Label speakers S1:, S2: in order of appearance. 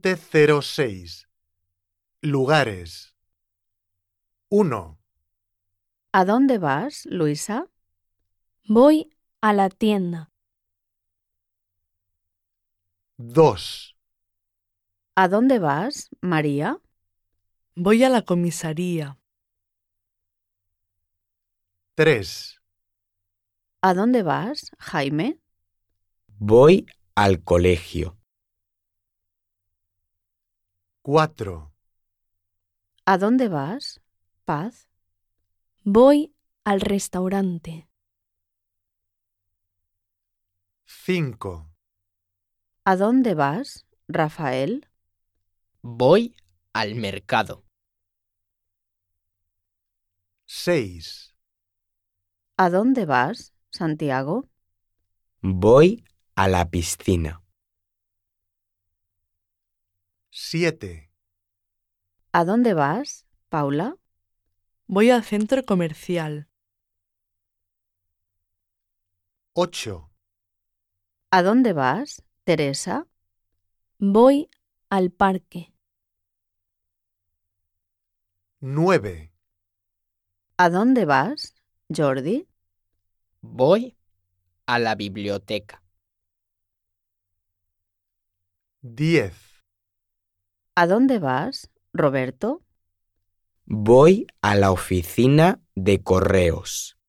S1: 706. Lugares. 1,
S2: ¿A dónde vas, Luisa?
S3: Voy a la tienda.
S1: 2,
S2: ¿A dónde vas, María?
S4: Voy a la comisaría.
S1: 3,
S2: ¿A dónde vas, Jaime?
S5: Voy al colegio.
S1: 4,
S2: ¿A dónde vas, Paz?
S3: Voy al restaurante.
S1: 5,
S2: ¿A dónde vas, Rafael?
S6: Voy al mercado.
S1: 6,
S2: ¿A dónde vas, Santiago?
S5: Voy a la piscina.
S1: 7,
S2: ¿A dónde vas, Paula?
S4: Voy al centro comercial.
S1: 8,
S2: ¿A dónde vas, Teresa?
S3: Voy al parque.
S1: 9,
S2: ¿A dónde vas, Jordi?
S6: Voy a la biblioteca.
S1: 10,
S2: ¿A dónde vas, Roberto?
S5: Voy a la oficina de correos.